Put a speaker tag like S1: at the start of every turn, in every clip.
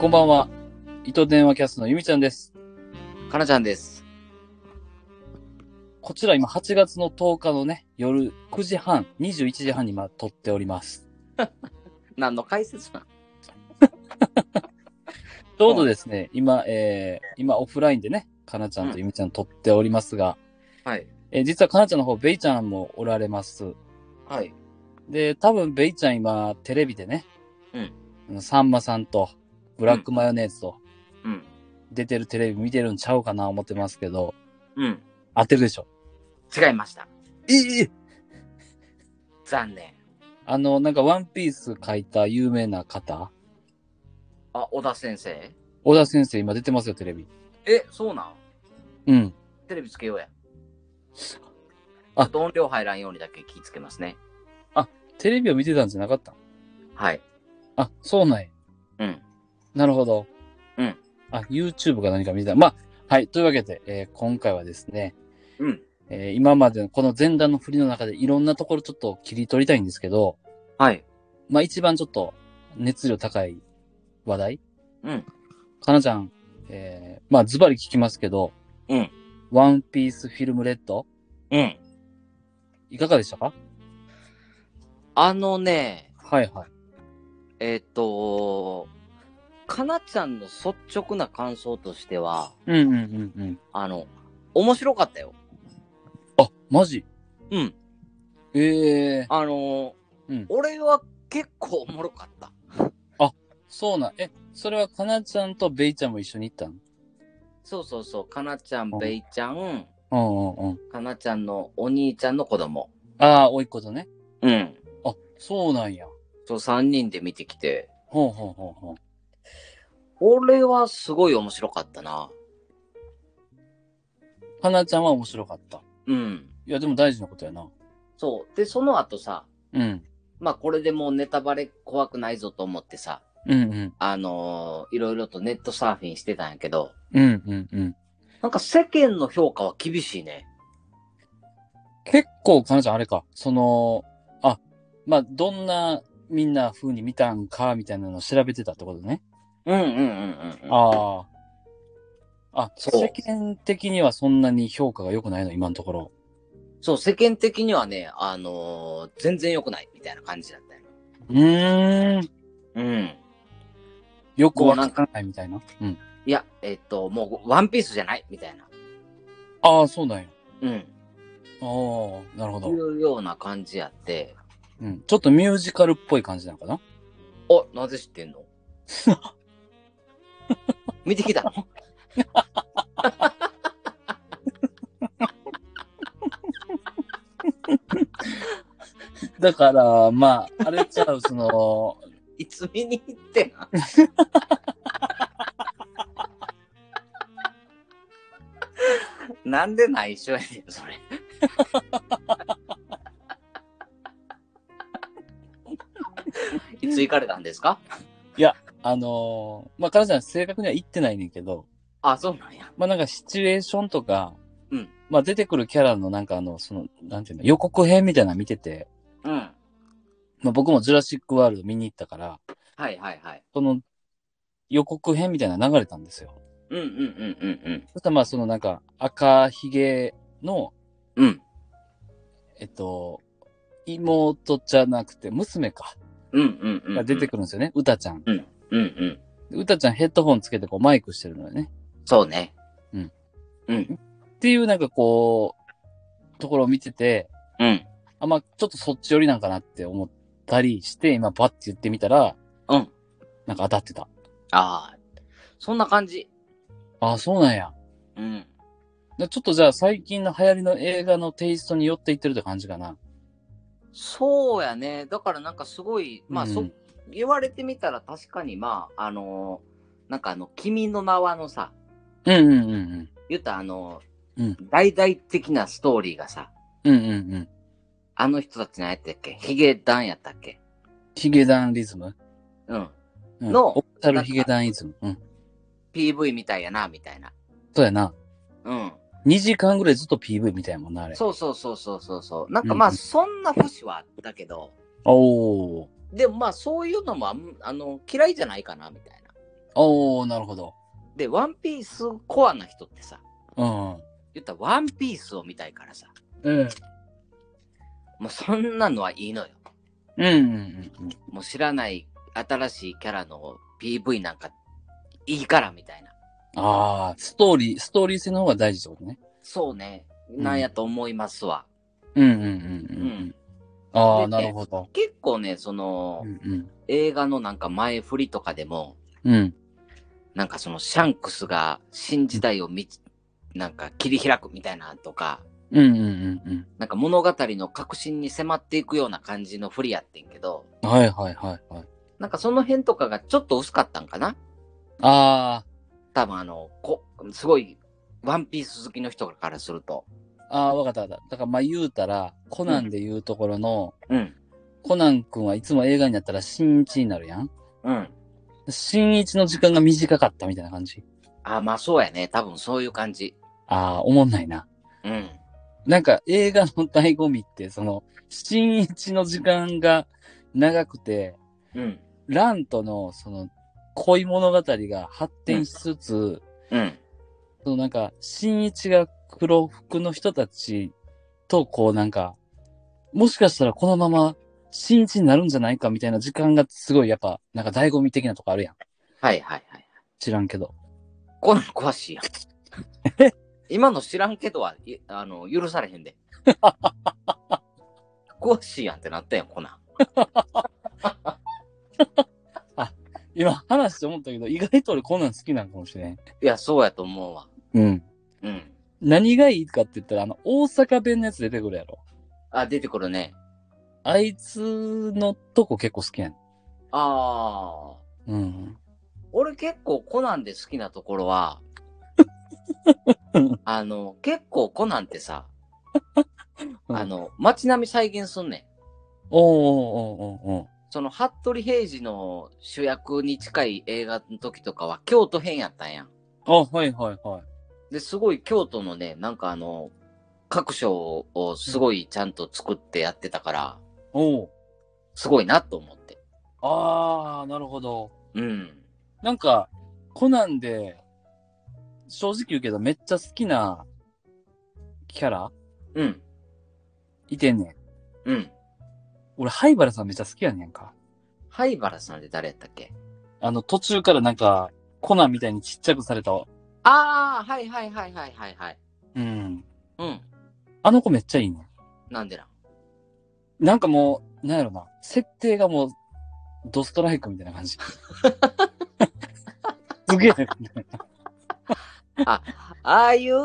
S1: こんばんは。糸電話キャストのゆみちゃんです。
S2: かなちゃんです。
S1: こちら今8月の10日のね、夜9時半、21時半に今撮っております。
S2: 何の解説なん
S1: ちょうどですね、今、えー、今オフラインでね、かなちゃんとゆみちゃん撮っておりますが、
S2: はい。
S1: えー実はかなちゃんの方、ベイちゃんもおられます。
S2: はい。
S1: で、多分ベイちゃん今、テレビでね、
S2: うん
S1: うん。さんまさんと、ブラックマヨネーズと、
S2: うん。
S1: 出てるテレビ見てるんちゃうかな思ってますけど、
S2: うん。
S1: 合ってるでしょ。
S2: 違いました。
S1: ええ
S2: 残念。
S1: あの、なんかワンピース書いた有名な方、
S2: あ、小田先生
S1: 小田先生今出てますよ、テレビ。
S2: え、そうなん
S1: うん。
S2: テレビつけようや。
S1: あ
S2: 音量入らんようにだけ気ぃつけますね。
S1: テレビを見てたんじゃなかったの
S2: はい。
S1: あ、そうなんや。
S2: うん。
S1: なるほど。
S2: うん。
S1: あ、YouTube か何か見てた。まあ、はい。というわけで、えー今回はですね、
S2: うん。
S1: えー今までのこの前段の振りの中でいろんなところちょっと切り取りたいんですけど、
S2: はい。
S1: まあ一番ちょっと熱量高い話題
S2: うん。
S1: かなちゃん、えー、まあズバリ聞きますけど、
S2: うん。
S1: ワンピースフィルムレッド、
S2: うん。
S1: いかがでしたか
S2: あのね、
S1: はいはい。
S2: えっ、とかなちゃんの率直な感想としては、
S1: うんうんうんうん。
S2: あの、面白かったよ。
S1: あ、マジ
S2: うん。
S1: ええ
S2: あの
S1: うん
S2: 俺は結構おもろかった。
S1: そうなん。え、それはかなちゃんとベイちゃんも一緒に行った
S2: そうそうそう、かなちゃん、
S1: うん
S2: べいちゃん、
S1: のうんうんうん。
S2: かなちゃんのお兄ちゃんの子供。
S1: ああ、おいっ子とね。
S2: うん。
S1: あ、そうなんや。
S2: そう、3人で見てきて。
S1: ほうほうほうほう。
S2: 俺はすごい面白かったな。
S1: かなちゃんは面白かった。
S2: うん。
S1: いや、でも大事なことやな。
S2: そう。で、その後さ、
S1: うん。
S2: まあこれでもうネタバレ怖くないぞと思ってさ、
S1: うんうん。
S2: あのーいろいろとネットサーフィンしてたんやけど、
S1: うんうんうん。
S2: なんか世間の評価は厳しいね。
S1: 結構かなちゃんあれか。その、あ、まあ、どんなみんな風に見たんか、みたいなのを調べてたってことね。
S2: うんうんうんうんうん。
S1: ああ。あ、
S2: そう
S1: 世間的にはそんなに評価が良くないの、今のところ。
S2: そう、世間的にはね、あのー全然良くないみたいな感じだったよ。
S1: うーん。
S2: うん。
S1: よくわからないみたいな。うん。
S2: いや、えっと、もうワンピースじゃないみたいな。
S1: ああ、そうなんや。
S2: うん。
S1: ああ、なるほど
S2: い。うような感じやって、
S1: うん。ちょっとミュージカルっぽい感じなのかな
S2: お、なぜ知ってんの 見てきたの
S1: だから、まあ、あれちゃう、その、
S2: いつ見に行ってんの なんで内緒やねん、それ。 いつ行かれたんですか
S1: あのーまあ、彼女は正確には言ってないねんけど、
S2: あ、そうなんや。
S1: まあ、なんかシチュエーションとか、
S2: うん。
S1: まあ、出てくるキャラのなんかあの、その、なんていうの、予告編みたいなの見てて、
S2: うん。はい
S1: まあ、僕もジュラシックワールド見に行ったから、
S2: はいはい。
S1: その、予告編みたいなの流れたんですよ。
S2: うんうんうんうん
S1: そしたらまあ、そのなんか、赤ひげの、
S2: うん。うん。
S1: えっと、妹じゃなくて、娘か、
S2: うんうんうん、う
S1: が
S2: ん。
S1: 出てくるんですよね、うた、ちゃん。
S2: うんうん。
S1: うたちゃんヘッドホンつけてこうマイクしてるのよね。
S2: そうね。
S1: うん。
S2: うん。
S1: っていうなんかこう、ところを見てて、
S2: うん。
S1: あ、まあちょっとそっち寄りなんかなって思ったりして、今バッて言ってみたら、
S2: うん。
S1: なんか当たってた。
S2: ああ。そんな感じ。
S1: あ、そうなんや。
S2: うん。
S1: でちょっとじゃあ最近の流行りの映画のテイストに寄っていってるって感じかな。
S2: そうやね。だからなんかすごい、まあ、
S1: う
S2: そ
S1: ん、
S2: 言われてみたら確かにまあ、あのーなんかあの、君の名はのさ、
S1: うんうんうんうん。
S2: 言ったあのー
S1: うん
S2: 大々的なストーリーがさ、
S1: うんうんうん。
S2: あの人たち何やったっけヒゲダンやったっけ
S1: ヒゲダンリズム、
S2: うん。
S1: うん、
S2: の
S1: オフィシャルヒゲダンイズム。うん。
S2: PV みたいやな、みたいな。
S1: そうやな。
S2: うん。
S1: 2時間ぐらいずっと PV みたいやもんな、あれ。
S2: そうそうそうそうそうそう。なんかま
S1: う
S2: あ、
S1: んうん
S2: そんな節はあったけど、
S1: おー。
S2: でもまあ、そういうのもあんあの嫌いじゃないかな、みたいな。
S1: おー、なるほど。
S2: で、ワンピースコアな人ってさ、
S1: うん。
S2: 言ったらワンピースを見たいからさ、
S1: うん。
S2: もうそんなのはいいのよ。
S1: うんうんうん。
S2: もう知らない新しいキャラの PV なんかいいからみたいな。
S1: ああ、ストーリー、ストーリー性の方が大事ってことね。
S2: そうね、なんやと思いますわ。
S1: うんうんうんうん。うん、ああ、
S2: で
S1: なるほど。
S2: 結構ね、その、
S1: うん
S2: 映画のなんか前振りとかでも、
S1: うん。うん。
S2: なんかそのシャンクスが新時代をみつなんか切り開くみたいなとか、
S1: うんうんうん
S2: なんか物語の核心に迫っていくような感じの振りやってんけど、
S1: うん。はいはいはいはい。
S2: なんかその辺とかがちょっと薄かったんかな
S1: あ
S2: 多分あの、こ、すごい、ワンピース好きの人からすると。
S1: あ、ああ、わかったわかった。だからまあ言うたら、コナンで言うところの、
S2: うん。
S1: コナン君はいつも映画になったら新一になるやん。
S2: うん。
S1: 新一の時間が短かったみたいな感じ。
S2: あ、まあそうやね。多分そういう感じ。
S1: ああ、おもんないな。
S2: うん。
S1: なんか映画の醍醐味って、その、新一の時間が長くて、
S2: うん。
S1: ランとのその恋物語が発展しつつ、
S2: うん。
S1: そのなんか、新一が黒服の人たちとこうなんか、もしかしたらこのまま新一になるんじゃないかみたいな時間がすごいやっぱ、なんか醍醐味的なとこあるやん。
S2: はいはいはい。
S1: 知らんけど。
S2: こんなん詳しいやん。今の知らんけどは、いあの、許されへんで。詳しいやんってなったやん、コナン。
S1: 今話して思ったけど、意外と俺こんなん好きなんかもしれん。
S2: いや、そうやと思うわ。
S1: うん。
S2: うん。
S1: 何がいいかって言ったら、あの、大阪弁のやつ出てくるやろ。
S2: あ、出てくるね。
S1: あいつのとこ結構好きやん。
S2: ああ。
S1: うん。
S2: 俺結構コナンで好きなとこ ろは、あの、結構コナンってさ、
S1: うん
S2: あの、街並み再現すんねん。
S1: おーおーおーおーおー
S2: その、服部平次の主役に近い映画の時とかは京都編やったんやん。
S1: あ、はいはいはい。
S2: で、すごい京都のね、なんかあの、各所をすごいちゃんと作ってやってたから、
S1: おお。
S2: すごいなと思って。
S1: ああ、なるほど。
S2: うん。
S1: なんか、コナンで、正直言うけどめっちゃ好きなキャラ
S2: うん。
S1: いてんねん。
S2: うん。
S1: 俺、灰原さんめっちゃ好きやねんか。
S2: 灰原さんって誰やったっけ
S1: あの、途中からなんか、コナンみたいにちっちゃくされた。
S2: ああ、はいはいはいはいはいはい。
S1: うん。
S2: うん。
S1: あの子めっちゃいいね
S2: なんでなん
S1: ん。なんかもう、なんやろな。設定がもう、ドストライクみたいな感じ。すげえ。
S2: あ、ああいう、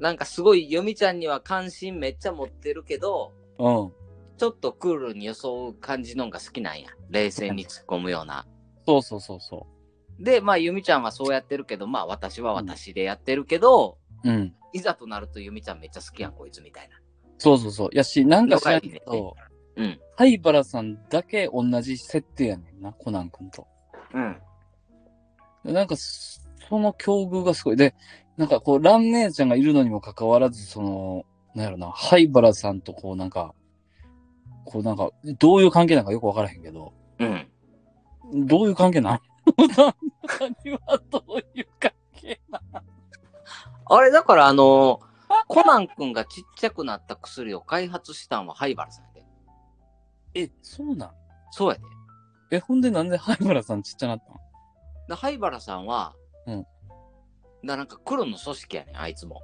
S2: なんかすごい、よみちゃんには関心めっちゃ持ってるけど、
S1: うん。
S2: ちょっとクールに装う感じのんが好きなんや。冷静に突っ込むような。
S1: そうそうそうそ
S2: で、まあ、ゆみちゃんはそうやってるけど、まあ、私は私でやってるけど、
S1: う。うん。
S2: いざとなるとゆみちゃんめっちゃ好きやん、こいつみたいな。
S1: そうそうそう。やし、なんか知らんけ
S2: 了解ね
S1: ど、
S2: うん。
S1: 灰原さんだけ同じ設定やねんな、コナン君と。
S2: うん。
S1: でなんか、そその境遇がすごい。で、なんかこう、蘭姉ちゃんがいるのにもかかわらず、その、なんやろな、灰原さんとこうなんか、こうなんか、どういう関係なんかよくわからへんけど、
S2: うん。
S1: どういう関係なん旦那にはどういう関係なん
S2: あれ、だからあの ーコナン君がちっちゃくなった薬を開発したんは灰原さんやで。
S1: え、そうなん
S2: そうやで。
S1: え、ほんでなんで灰原さんちっちゃなったん
S2: で灰原さんは、
S1: うん。
S2: だなんか黒の組織やねん、あいつも。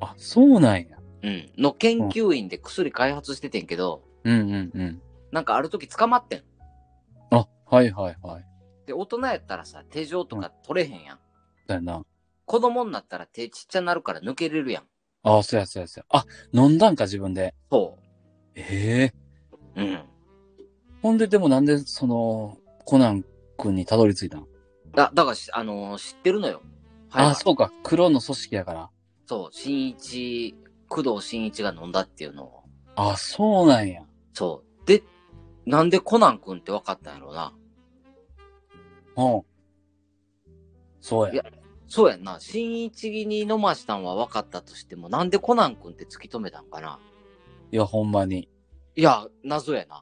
S1: あ、そうなんや。
S2: うん。の研究員で薬開発しててんけど、
S1: うんうんうん。
S2: なんかある時捕まってん。
S1: あ、はいはいはい。
S2: で、大人やったらさ、手錠とか取れへんやん。
S1: だよな。
S2: 子供になったら手ちっちゃなるから抜けれるやん。
S1: あ、そうやそうやそうや。あ、飲んだんか自分で。
S2: そ
S1: ええ
S2: う。うん。
S1: ほんで、でもなんで、その、コナン君にたどり着いたの
S2: だ、だからし、あのー知ってるのよ。はい、
S1: あ、そうか。黒の組織やから。
S2: そう、新一、工藤新一が飲んだっていうのを。
S1: あ、そうなんや。
S2: そう。で、なんでコナン君って分かったんやろうな。
S1: うん。そう
S2: い
S1: や
S2: や。そうやんな。新一に飲ましたんは分かったとしても、なんでコナン君って突き止めたんかな。
S1: いや、ほんまに。
S2: いや、謎やな。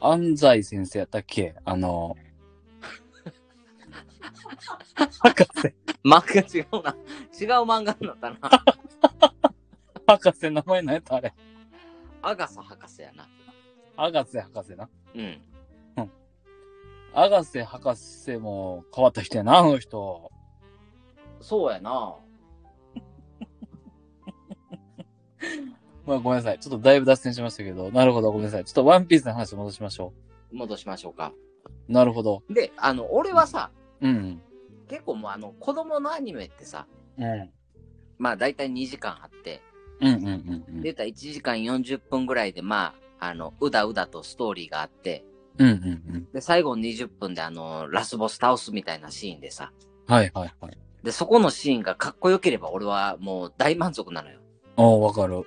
S1: 安西先生やったっけあの、博士。
S2: 漫画違うな。違う漫画になっ たな。
S1: 博士、名前何やったあれ。
S2: アガサ博士やな。
S1: アガセ博士な。
S2: うん。
S1: アガセ博士も変わった人やな、あの人。
S2: そうやな。
S1: まあごめんなさい。ちょっとだいぶ脱線しましたけど。なるほど、ごめんなさい。ちょっとワンピースの話戻しましょ
S2: 戻しましょうか。
S1: う。なるほど。
S2: で、あの、俺はさ、
S1: うん。
S2: 結構もうあの、子供のアニメってさ、
S1: うん。
S2: まあ大体2時間あって、
S1: うんうんうんうん。
S2: 出た1時間40分ぐらいで、まあ、あの、うだうだとストーリーがあって、
S1: うんうんうん。
S2: で、最後の20分であの、ラスボス倒すみたいなシーンでさ、
S1: はいはいはい。
S2: で、そこのシーンがかっこよければ俺はもう大満足なのよ。
S1: ああ、わかる。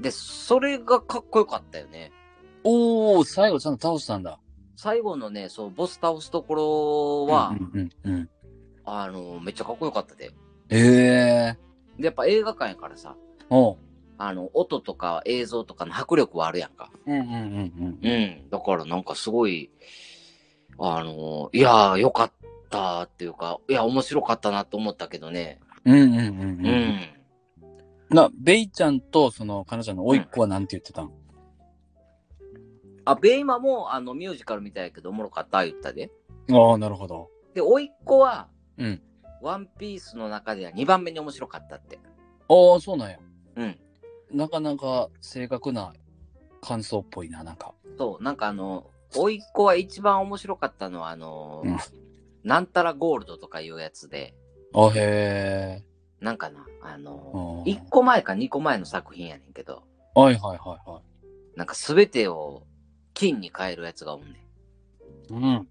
S2: で、それがかっこよかったよね。
S1: おー、最後ちゃんと倒したんだ。
S2: 最後のね、そう、ボス倒すところは、
S1: うんうんうんうん。
S2: あの、めっちゃかっこよかったで。
S1: ええ
S2: で、やっぱ映画館やからさ、
S1: ー。おう。
S2: あの、音とか映像とかの迫力はあるやんか。
S1: うんうんうん
S2: う。ん。だからなんかすごい、あの、いやー、よかったっていうか、いや、面白かったなと思ったけどね。
S1: うんうんうん
S2: う
S1: うん。
S2: ん。
S1: な、ベイちゃんとその、彼女の甥っ子はなんて言ってたん、
S2: あ、ベイマも、あの、ミュージカルみたいやけど、おもろかった言ったで。
S1: ああ、なるほど。
S2: で、甥っ子は、
S1: うん
S2: ワンピースの中では2番目に面白かったって。
S1: ああ、そうなんや。
S2: うん。
S1: なかなか正確な感想っぽいな、なんか。
S2: そう、なんかあの、甥っ子は一番面白かったのは、あの、
S1: うん
S2: なんたらゴールドとかいうやつで、
S1: あへえ。
S2: なんかな、あの、
S1: うん
S2: 1個前か2個前の作品やねんけど、
S1: はいはいはいは
S2: なんか全てを金に変えるやつがおんね
S1: い。うん。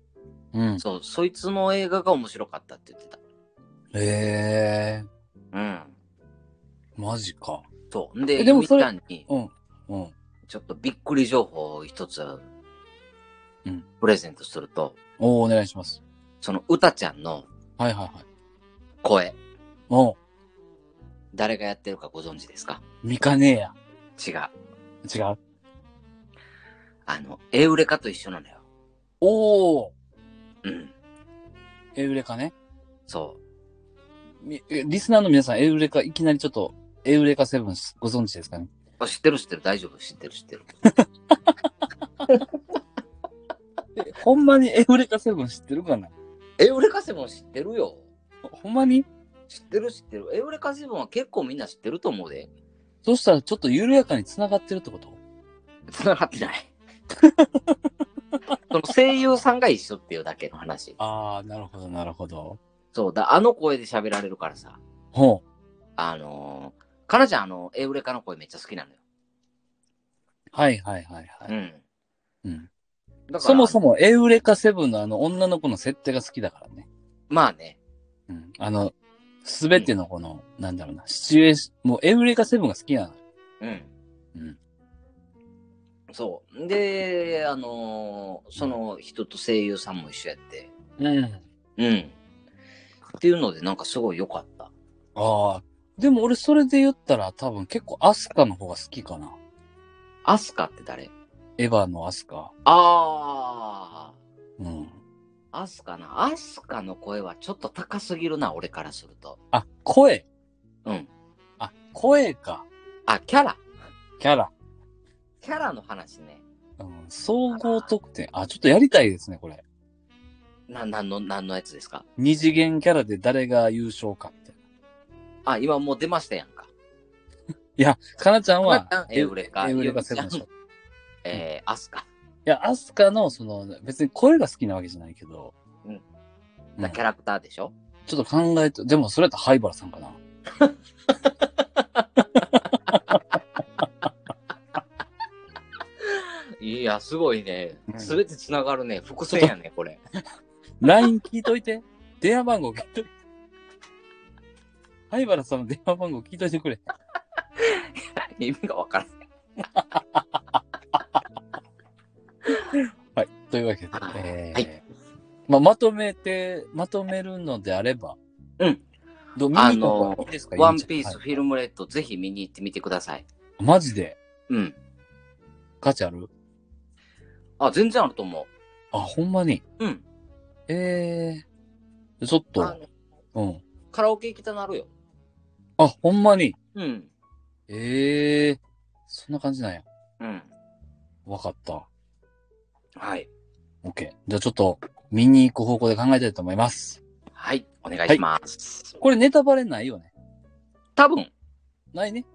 S1: うん
S2: ん。。そう、そいつの映画が面白かったって言ってた。
S1: へえ。
S2: うん。
S1: マジか。
S2: そう。んで、
S1: えでも
S2: みっ
S1: それ
S2: ちゃんに、
S1: うん。うん。
S2: ちょっとびっくり情報を一つ
S1: うん、
S2: プレゼントすると、
S1: おお願いします。
S2: その歌ちゃんの
S1: はいはいはい。
S2: 声、
S1: おう
S2: 誰がやってるかご存知ですか
S1: ミカネや。
S2: 違う。
S1: 違う。
S2: あの、エウレカと一緒なのよ。
S1: おお
S2: うん。
S1: エウレカね。
S2: そ
S1: みえリスナーの皆さん、エウレカ、いきなりちょっと、エウレカセブンご存知ですかね
S2: う。あ知ってる知ってる、大丈夫、知ってる知ってる。
S1: えほんまにエウレカセブン知ってるかな
S2: エウレカセブン知ってるよ。
S1: ほんまに
S2: 知ってる知ってる。エウレカセブンは結構みんな知ってると思うで。
S1: そしたらちょっと緩やかに繋がってるってこと
S2: 繋がって ない。その声優さんが一緒っていうだけの話。
S1: ああ、なるほど、なるほど。
S2: そうだ、あの声で喋られるからさ。
S1: ほう。
S2: あのー、かなちゃん、あの、エウレカの声めっちゃ好きなのよ。
S1: はいはいはいは
S2: う
S1: い。
S2: ん。
S1: うん、
S2: だから
S1: そもそ。も、エウレカセブンのあの、女の子の設定が好きだからね。
S2: まあね。
S1: うん。あの、すべてのこの、なんだろうな、シチュエーション、もうエウレカセブンが好きなの。
S2: うん。
S1: うん。
S2: そう。で、あのーその人と声優さんも一緒やって。
S1: うん。
S2: うん。っていうので、なんかすごい良かった。
S1: ああ。でも俺それで言ったら多分結構アスカの方が好きかな。
S2: アスカって誰
S1: エヴァのアスカ。
S2: あ
S1: うん。
S2: あ、アスカな。アスカの声はちょっと高すぎるな、俺からすると。
S1: あ、声。
S2: うん。
S1: あ、声か。
S2: あ、キャラ。
S1: キャラ。
S2: キャラの話ね。
S1: うん。総合得点。あ、ちょっとやりたいですね、これ。
S2: な、なんの、なんのやつですか
S1: 二次元キャラで誰が優勝かみたいな。
S2: あ、今もう出ましたやんか。
S1: いや、かなちゃんは
S2: かなちゃ、んエウレカ
S1: エウレカセブンでしょ。い
S2: えー、アスカ。
S1: や、アスカの、その、別に声が好きなわけじゃないけど、
S2: うん
S1: うん。
S2: キャラクターでしょ
S1: ちょっと考えて、でもそれやったら灰原さんかな。
S2: いや、すごいね
S1: う。ん
S2: すべてつながるね。伏線やね、これ。
S1: LINE 聞いといて。 電話番号聞いといて。灰原さんの電話番号聞いといてくれ。
S2: 意味がわからない。
S1: はい。というわけで、
S2: はい
S1: えー
S2: はい
S1: まあ、まとめて、まとめるのであれば、
S2: うん。
S1: どう見に
S2: あ
S1: 行こう
S2: の
S1: かいいですか、
S2: ワンピース
S1: は
S2: フィルムレッド、ぜひ見に行ってみてください。
S1: いマジで
S2: うん。
S1: 価値ある
S2: あ、全然あると思
S1: あ、ほんまに。
S2: う。うん。
S1: ええでちょっ
S2: あ
S1: と、
S2: の
S1: うん。
S2: カラオケ行きたなるよ。
S1: あ、ほんまに。
S2: うん。
S1: ええー、そんな感じなんや。
S2: うん。
S1: わかった。
S2: はい。
S1: オッケー。じゃあちょっと、見に行く方向で考えたいと思います。
S2: はい。お願いします。
S1: これネタバレないよね。
S2: 多分。
S1: ないね。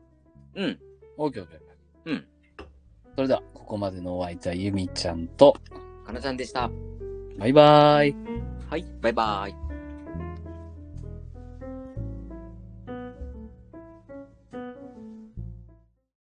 S2: うん。
S1: オッケーオッケー。
S2: うん。
S1: それでは、ここまでのお相手はゆみちゃんと、
S2: かなちゃんでした。
S1: バイバーイ。
S2: はい。バイバイ。